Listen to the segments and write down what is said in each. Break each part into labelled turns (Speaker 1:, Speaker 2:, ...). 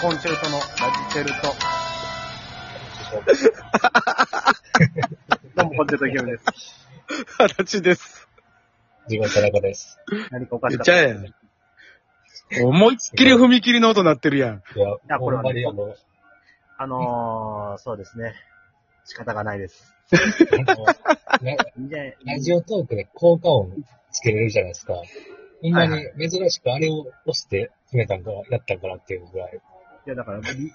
Speaker 1: コンチェルトのラジチェルト。どうも、コンチェルトヒロミです。
Speaker 2: 二十歳です。
Speaker 3: 自分田中です。
Speaker 1: 何かおかしかっ
Speaker 2: じゃ
Speaker 1: た。
Speaker 2: あやん。思いっきり踏切の音なってるやん。
Speaker 3: いや、
Speaker 1: やこれは
Speaker 3: ほんま
Speaker 1: ね
Speaker 3: にあの、
Speaker 1: あのー、そうですね。仕方がないです。
Speaker 3: あのラ
Speaker 1: で、
Speaker 3: ラジオトークで効果音つけれるじゃないですか。ほんま
Speaker 1: はい
Speaker 3: に珍しくあれを押して決めたんか、やったんかなっていうぐらい、
Speaker 1: いや、だから、リ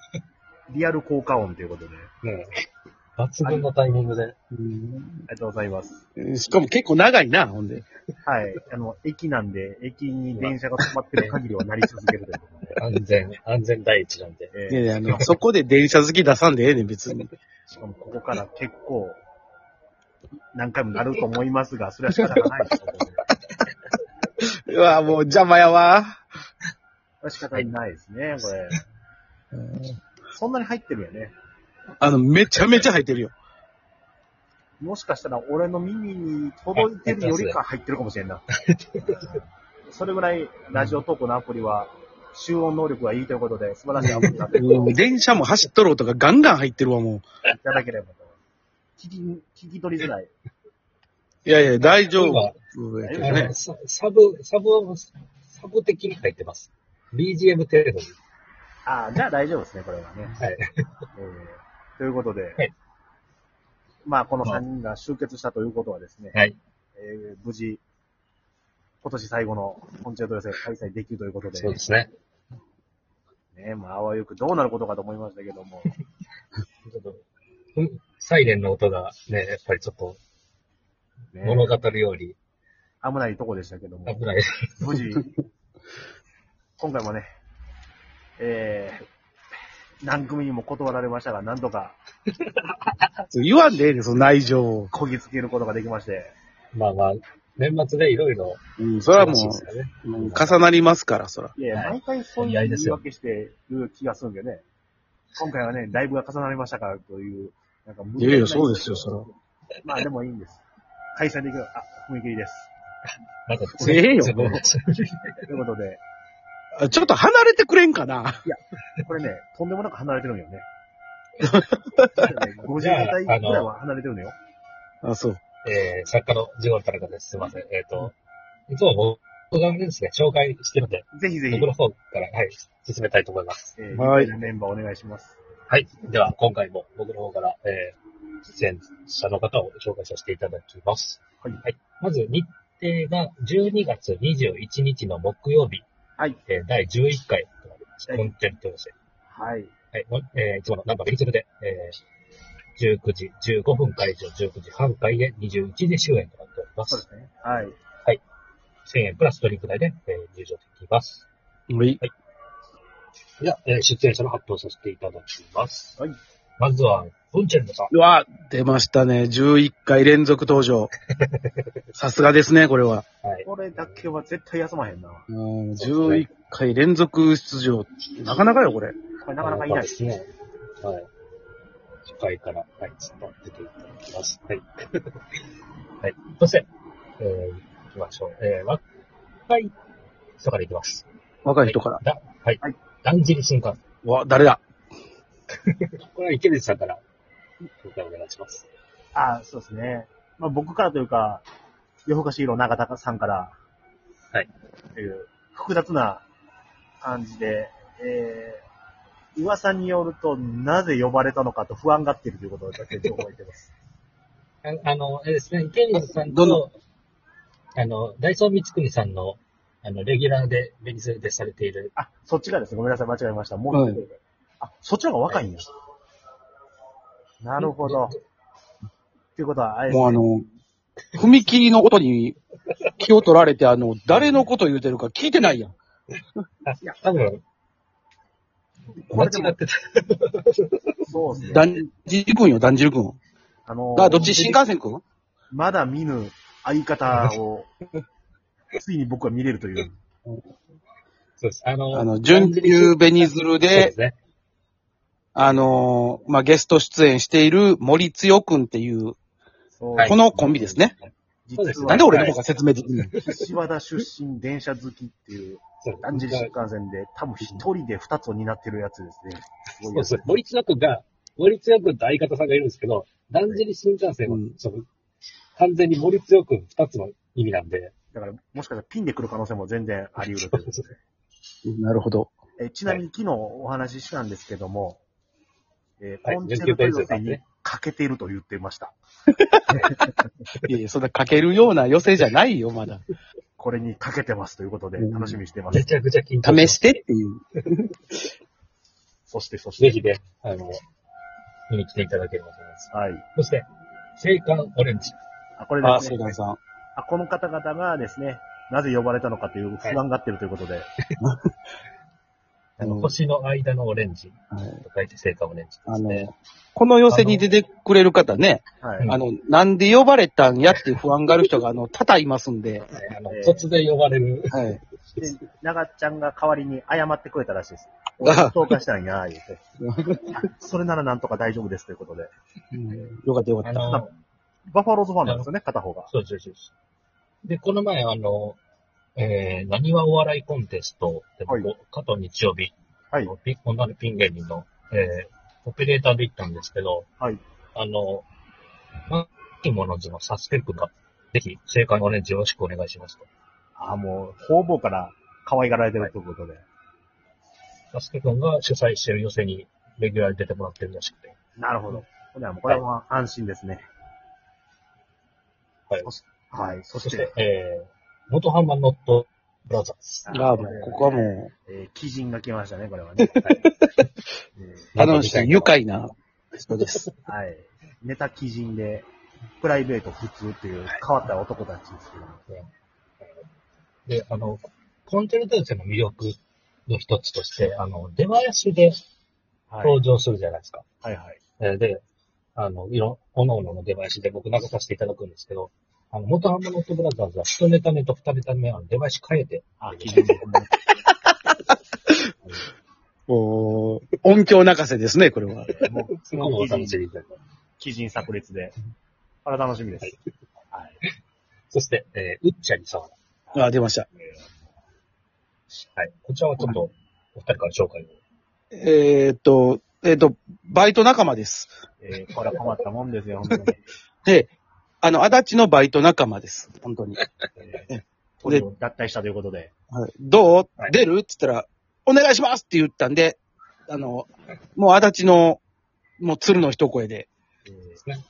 Speaker 1: リアル効果音ということで。
Speaker 3: ねえ抜群のタイミングで。
Speaker 1: ありがとうございます。
Speaker 2: しかも結構長いな、ほんで。
Speaker 1: はい。あの、駅なんで、駅に電車が止まってる限りはなり続けるということで。
Speaker 3: 安全、安全第一なんで。
Speaker 2: いやい
Speaker 1: え
Speaker 2: や、あの、そこで電車好き出さんでええねん、別
Speaker 1: ー
Speaker 2: に。
Speaker 1: しかも、ここから結構、何回もなると思いますが、それは仕方がないということで。
Speaker 2: うわ、もう邪魔やわ。
Speaker 1: これは仕方ないですね、これ。そんなに入ってるよね。
Speaker 2: あの、めちゃめちゃ入ってるよ。
Speaker 1: もしかしたら俺の耳に届いてるよりか入ってるかもし れんな。それぐらいラジオトークのアプリは集音能力がいいということで素晴らしいアプリになってる
Speaker 2: うん電車も走っとる音がガンガン入ってるわ、も
Speaker 1: いただければと。聞き、聞き取りづらい。
Speaker 2: う。いやいや、大丈夫
Speaker 3: 今。
Speaker 2: やけど
Speaker 3: あ
Speaker 2: ね
Speaker 3: の。ササブ、サブ、サブ的に入ってます。BGM 程度に。
Speaker 1: ああ、じゃあ大丈夫ですね、これはね。
Speaker 3: はい。
Speaker 1: えーということで、
Speaker 3: はい
Speaker 1: まあこの3人が集結したということはですね、
Speaker 3: はい
Speaker 1: えー無事、今年最後のコンチェルト予選開催できるということで、
Speaker 3: そうですね。
Speaker 1: ね、まああわよくどうなることかと思いましたけども、
Speaker 3: ちょっとうんサイレンの音がね、やっぱりちょっと
Speaker 1: ね
Speaker 3: 物語るように
Speaker 1: 危ないとこでしたけども
Speaker 3: 危、ない。
Speaker 1: 無事、今回もね、えー、何組にも断られましたが、なんとか
Speaker 2: 言わんでええねん、その内情を。
Speaker 1: こぎつけることができまして、
Speaker 3: まあまあ、年末でいろいろ
Speaker 2: うん、それはも
Speaker 3: 楽しいですからね
Speaker 2: う、うん重なりますから、そら。
Speaker 1: いやいや、
Speaker 3: はい
Speaker 1: 毎回そういう言い訳してる気がするんでね。今回はね、ライブが重なりましたからという、なんか無理
Speaker 2: いやいやそうですよそれは
Speaker 1: まあでもいいんです。開催できる、あ、踏切です。
Speaker 3: まず、
Speaker 2: せえよ
Speaker 3: 自
Speaker 1: と
Speaker 3: 分
Speaker 1: いうことで、
Speaker 2: あちょっと離れてくれんかな。
Speaker 1: これね、とんでもなく離れてるんよ ね。50代ぐらいは離れてるのよ。
Speaker 2: あ、そう。
Speaker 3: えー、作家のジゴン田中です。すいません。えっ、と、いつも僕がですね、紹介してるんで、
Speaker 1: ぜひぜひ
Speaker 3: 僕、の方から、はい、進めたいと思います。
Speaker 1: えー
Speaker 2: はい
Speaker 1: メンバーお願いします。
Speaker 3: はい。では、今回も僕の方から、えー、出演者の方を紹介させていただきます。
Speaker 1: はい
Speaker 3: まず、日程が12月21日の木曜日、
Speaker 1: はい。
Speaker 3: えー、第11回となりました。
Speaker 1: はい
Speaker 3: コンテンツ予選。
Speaker 1: はい。
Speaker 3: はい、もえーいつものナンバー連続で、えー、19時15分会場、19時半会で21時終演となっておりま
Speaker 1: そう
Speaker 3: す
Speaker 1: で。すね。はい。
Speaker 3: 1000円プラスドリンク代で、えー入場できます。
Speaker 2: はい。
Speaker 3: では、えー出演者の発表させていただきます。
Speaker 1: はい。
Speaker 3: まずは、フンチェルノさん。
Speaker 2: うわ、出ましたね。11回連続登 場。さすがですね、これは。
Speaker 3: はい。
Speaker 1: これだけは絶対休まへんな。
Speaker 2: うん、11回連続出場。なかなかよ、これ。
Speaker 1: これなかなかいない
Speaker 3: で
Speaker 1: ですす。
Speaker 3: ね。はい。初回から、はい、ずっと出ていただきます。はい。 はい。そして、えー、行きましょう。えー、若い人からいきます。
Speaker 2: 若い人から。
Speaker 3: だはい
Speaker 1: はい。
Speaker 3: だんじり新幹線。
Speaker 2: うわ、誰だ
Speaker 3: これは池口さんから、今回お願いします。
Speaker 1: あそうですね。まあ、僕からというか、夜更かし色長田さんから、
Speaker 3: はい。
Speaker 1: という、複雑な感じで、えー、噂によると、なぜ呼ばれたのかと不安がっているということだけ情報を得てます。
Speaker 3: ああの、あれですね、池水さん
Speaker 2: どの
Speaker 3: と、あの、ダイソー三つ国さんの、あの、レギュラーで、ベニスでされている、
Speaker 1: あ、そっちがですね。ごめんなさい、間違えました。もう一人、あ、そっちの方が若いんや。なるほど。ということは、あれです
Speaker 2: もうあの、踏切の音に気を取られて、あの、誰のこと言うてるか聞いてないやん。
Speaker 3: 多分、
Speaker 1: こ
Speaker 3: 間
Speaker 1: れでも
Speaker 3: 違ってた。
Speaker 1: そうですね。
Speaker 2: だんじりくんよ、だんじりくん。
Speaker 1: あの
Speaker 2: あ、どっち新幹線くん
Speaker 1: まだ見ぬ相方を、ついに僕は見れるという。
Speaker 3: そうです。あの、
Speaker 2: あの、準急ベニズル
Speaker 3: そうで、
Speaker 2: です
Speaker 3: ね。
Speaker 2: あのーまあ、ゲスト出演している森強くんっていう、
Speaker 1: そう
Speaker 3: はい
Speaker 2: このコンビですね。
Speaker 1: 実
Speaker 3: そうです
Speaker 1: は
Speaker 2: なんで俺の方が説明できんの
Speaker 1: 岸和田出身電車好きっていう、
Speaker 3: そう
Speaker 1: 断じり新幹線で、多分一人で二つを担ってるやつですね。すご
Speaker 3: そう
Speaker 1: い
Speaker 3: で
Speaker 1: やつ
Speaker 3: す。森千代君が、森千代君と相方さんがいるんですけど、だんじり新幹線は
Speaker 2: うん、
Speaker 3: その、完全に森千代君二つの意味なんで、
Speaker 1: だから、もしかしたらピンで来る可能性も全然あり
Speaker 3: そ
Speaker 1: 得る
Speaker 3: う
Speaker 1: と
Speaker 3: で
Speaker 1: いう
Speaker 3: す
Speaker 2: なるほど。
Speaker 1: えちなみに昨日お話ししたんですけども、えー
Speaker 3: はい
Speaker 1: コンチェルト予選に欠けていると言ってました。
Speaker 2: いやいや、そんなかけるような寄せじゃないよ、まだ。
Speaker 1: これに欠けてますということで、
Speaker 2: うん
Speaker 1: 楽しみにしてます
Speaker 3: め。ちゃくちゃ緊張
Speaker 2: 試してっていう。
Speaker 1: そして、そし
Speaker 3: ぜ
Speaker 1: て、
Speaker 3: ひね、あの、見に来ていただければと思います。
Speaker 1: はい。
Speaker 3: そして、青函オレンジ。
Speaker 1: あ、これ
Speaker 2: あ、
Speaker 1: です
Speaker 2: セ
Speaker 1: ね
Speaker 2: ダンさん。
Speaker 1: あ。この方々がですね、なぜ呼ばれたのかという不安がってるということで、
Speaker 3: あの、
Speaker 2: うん
Speaker 3: 星の間のオレンジ
Speaker 2: はい
Speaker 3: と書いて青函オレンジで
Speaker 2: あ
Speaker 3: す
Speaker 2: の
Speaker 3: ね。、
Speaker 2: この寄せに出てくれる方ね、
Speaker 1: は
Speaker 3: う
Speaker 1: い
Speaker 3: ん。
Speaker 2: あの、なんで呼ばれたんやって不安がある人が、あの、多々いますんで、
Speaker 3: はいあの
Speaker 1: え、ー
Speaker 3: 突然呼ばれる。
Speaker 2: はい。
Speaker 1: で、長ちゃんが代わりに謝ってくれたらしいです。俺
Speaker 2: あ
Speaker 1: 投下したんや、言って。それならなんとか大丈夫ですということで。
Speaker 2: うんよかったよか
Speaker 3: あ
Speaker 2: った。
Speaker 3: の、
Speaker 1: バファローズファンなんですよね、片方が。
Speaker 3: そうそうそうそう。で、この前、あの、えー、何はお笑いコンテストでも、
Speaker 1: はい
Speaker 3: こう加藤日曜日、
Speaker 1: はい。
Speaker 3: ピ女のピン芸人の、えー、オペレーターで行ったんですけど、
Speaker 1: はい。
Speaker 3: あの、マッキーモノズのサスケ君が、ぜひ、正解のオレンジよろしくお願いしますと。
Speaker 1: あ、もう、方々から可愛がられてるということで。
Speaker 3: サスケ君が主催してる寄せに、レギュラーで出てもらってるらしくて。
Speaker 1: なるほど。これはもう、これは安心ですね。
Speaker 3: はい
Speaker 1: そしはい。そ
Speaker 3: そ
Speaker 1: し
Speaker 3: してて、、えー、元浜ノットブラザーズ。
Speaker 2: ああもうここはも
Speaker 1: えー、鬼人が来ましたね、これはね。
Speaker 2: う、あの人、愉快な人です。
Speaker 1: はい。はい。ネタ鬼人で、プライベート普通っていう変わった男たちですけども。
Speaker 3: で、あの、コンチェルト寄せの魅力の一つとして、あの、出囃子で
Speaker 1: はい
Speaker 3: 登。場するじゃないですか。
Speaker 1: はいはい。
Speaker 3: えーで、あの、いろ、おのおのの出囃子で僕流させていただくんですけど、あの、元ハムノットブラザーズは一ネタ目と二ネタ目、あの、出囃子変えて、
Speaker 1: あ、鬼人 で。
Speaker 2: おー音響泣かせですね、これは。
Speaker 1: もう、
Speaker 3: すごくお楽しみいただきます
Speaker 1: 鬼人炸裂で。あれ楽しみです。はい。
Speaker 3: そして、えー、うっちゃりさわ
Speaker 2: あ、出ました。
Speaker 3: ら。はい。こちらはちょっと、お二人から紹介を。
Speaker 2: えーっと、えーっと、バイト仲間です。
Speaker 1: えー、これは困ったもんです よ、本当に。
Speaker 2: で、あの、足立のバイト仲間です。本当に。
Speaker 1: えートリを脱退したということで。
Speaker 2: はいどう
Speaker 3: はい
Speaker 2: 出るって言ったら、お願いしますって言ったんで、あの、もう足立の、もう鶴の一声で
Speaker 1: え
Speaker 3: すね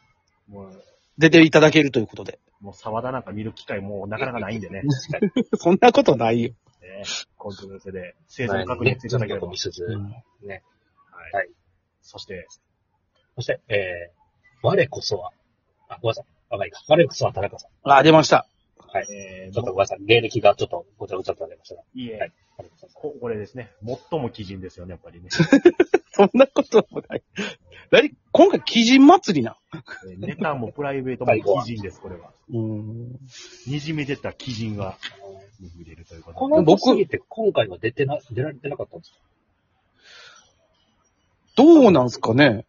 Speaker 1: ーもう、
Speaker 2: 出ていただけるということで。
Speaker 1: もう沢田なんか見る機会もうなかなかないんでね。
Speaker 2: そんなことないよ。
Speaker 1: えー、コントロールで生存確認していただければ。
Speaker 3: ミスズ。
Speaker 1: は
Speaker 3: はいい。
Speaker 1: そして、
Speaker 3: そして、えー、我こそは、あ、ごめんなさい。若いか。我こそは田中さん。
Speaker 2: あ、出ました。
Speaker 3: はい。
Speaker 1: えー、
Speaker 3: ちょっと
Speaker 1: も
Speaker 3: ごめんなさい。芸歴がちょっとごちゃごちゃっとなりましたが。
Speaker 1: ういいえ
Speaker 3: はい、ありがとうございます
Speaker 1: ここれですね。最も基人ですよね、やっぱりね。
Speaker 2: そんなこともない。 何今回、鬼人祭りな。
Speaker 1: えーネタもプライベートも基人です、これは。
Speaker 2: うん。
Speaker 1: にじみ出た基人が見れるということ
Speaker 3: こ
Speaker 1: で。
Speaker 3: の
Speaker 2: 僕
Speaker 3: 僕って今回は出てな、出られてなかったんですか
Speaker 2: どうなんすかね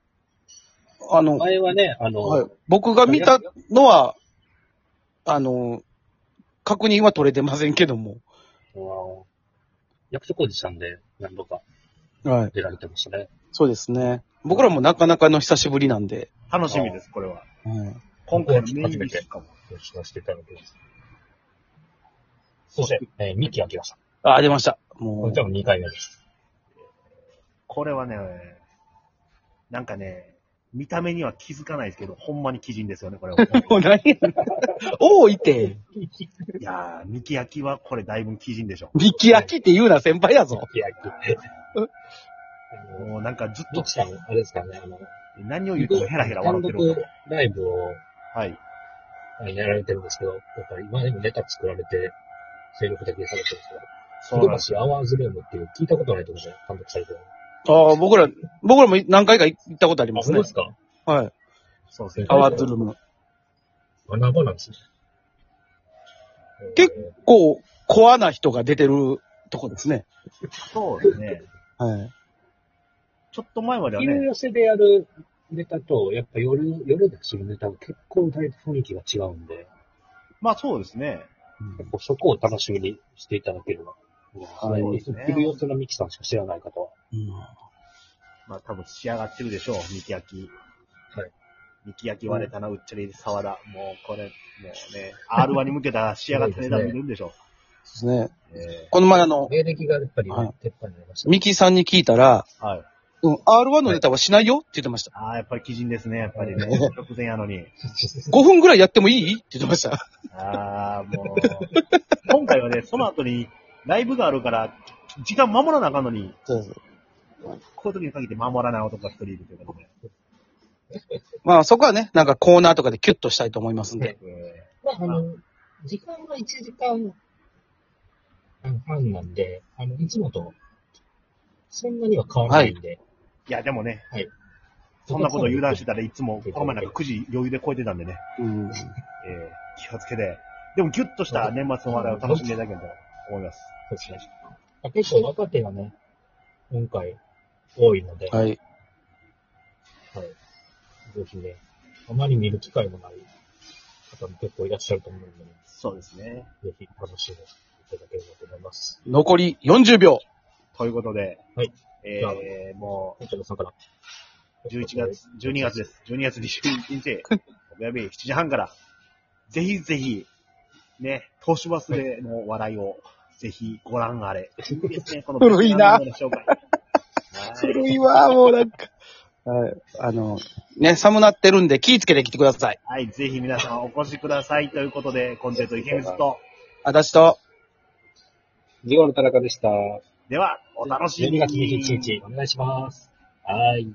Speaker 2: あの、
Speaker 3: 前はね、あの、
Speaker 2: はい、僕が見たのは、あの、確認は取れてませんけども。
Speaker 3: あの役所工事さんで何度か
Speaker 2: はい。
Speaker 3: 出られてましたね。
Speaker 2: そうですね。僕らもなかなかの久しぶりなんで。
Speaker 1: 楽しみです、これは。
Speaker 2: はい
Speaker 1: 今回のメインディッシュかも。
Speaker 3: よろしくお願いしていただきます。そして、えー、三木明さん。
Speaker 2: あ、出ました。
Speaker 3: こ
Speaker 2: も
Speaker 3: ちらも2回目です。
Speaker 1: これはね、なんかね、見た目には気づかないですけど、ほんまに基人ですよね、これ は。
Speaker 2: う。もう何や。おーいて、
Speaker 1: いやー、ミキ焼きはこれだいぶ基人でしょ。
Speaker 2: ミキアキって言うな先輩やぞ。
Speaker 3: 三木明。あの、
Speaker 1: もうなんかずっ
Speaker 3: ミ
Speaker 1: と
Speaker 3: キさん、あれですからね、あの、
Speaker 1: 何を言ってもヘラヘラ笑って
Speaker 3: 単
Speaker 1: る。
Speaker 3: 独ライブを
Speaker 1: はい。
Speaker 3: やられてるんですけど、やっぱり今でもネタ作られて、精力的にされてるんですけど、
Speaker 1: そう
Speaker 3: ヨド
Speaker 1: なん
Speaker 3: バ
Speaker 1: です
Speaker 3: シアワーズルームっていう聞いたことないところで単独されてる。
Speaker 2: ああ、僕ら、僕らも何回か行ったことありますね。
Speaker 3: か
Speaker 2: はい。
Speaker 1: そうですね。
Speaker 2: アワーズルーム。
Speaker 3: 穴場なんですね。
Speaker 2: 結こう、コアな人が出てるとこですね。
Speaker 1: そうですね。
Speaker 2: はい。
Speaker 1: ちょっと前までは
Speaker 3: 昼
Speaker 1: ね、
Speaker 3: 寄せでやるネタと、やっぱ夜、夜でするネタが結構だいぶ雰囲気が違うんで、
Speaker 1: まあそうですね。
Speaker 3: こうそこを楽しみにしていただければ。
Speaker 1: い
Speaker 3: そうですね。いる様子のミキさんしか知らない方は。
Speaker 1: まあ多分仕上がってるでしょう、ミキ焼き。
Speaker 3: はい。
Speaker 1: ミキ焼き割れたな、うっちゃり、沢田。もうこれ、もうね、R1 に向けた仕上がったネタ見るんでしょ
Speaker 2: ですね。
Speaker 1: う。え
Speaker 2: この前あの、
Speaker 3: 芸歴がやっぱり
Speaker 2: はい
Speaker 3: 鉄板になりましたね。
Speaker 2: ミキさんに聞いたら、
Speaker 1: ーはい。
Speaker 2: うん、R1 のネタはしないよって言ってました。
Speaker 1: ああ、やっぱり基人ですね、やっぱりね。
Speaker 2: う
Speaker 1: 直前やのに。
Speaker 2: 5分ぐらいやってもいいって言ってました。
Speaker 1: ああ、もう。今回はね、その後にライブがあるから、時間守らなあかんのに、こういう時に限って守らない男が一人いるということで。
Speaker 2: まあそこはね、なんかコーナーとかでキュッとしたいと思いますんで。
Speaker 1: え
Speaker 4: まあ、あの、時間は1時間半なんで、あの、いつもと、そんなには変わらないんで。
Speaker 1: ーいや、でもね、
Speaker 4: そ
Speaker 1: そんなこと油断してたらいつも、この前なんか9時余裕で超えてたんでね、
Speaker 2: うん。
Speaker 1: えー、気をつけて、でもギュッとした年末の話題を楽しんでいただければと思います。
Speaker 4: そうですね。結構若手がね、今回多いので、
Speaker 2: はい。
Speaker 4: ぜひね、あまり見る機会もない方も結構いらっしゃると思うんで、ね、
Speaker 1: そうですね。
Speaker 4: ぜひ楽しんでいただければと思います。
Speaker 2: 残り40秒。
Speaker 1: ということで、
Speaker 4: はい。じゃ
Speaker 1: えー、も
Speaker 4: 本当にさんから。
Speaker 1: う、11月、12月です。12月21日、おやべえ、7時半から、ぜひぜひ、ね、東芝スでの笑いを、ぜひご覧あれ。いいですね、この
Speaker 2: 古いな
Speaker 1: ベテランの紹介。はい
Speaker 2: 古いわ、もうなんか。はい。あの、ね、寒なってるんで気ぃつけて来てください。
Speaker 1: はい、ぜひ皆さんお越しください。ということで、コンテンツ池水と、
Speaker 2: 私と、
Speaker 3: 事後の田中でした。
Speaker 1: では、お楽しみ
Speaker 4: 12
Speaker 1: に。
Speaker 4: 月21日、お願いします。はい。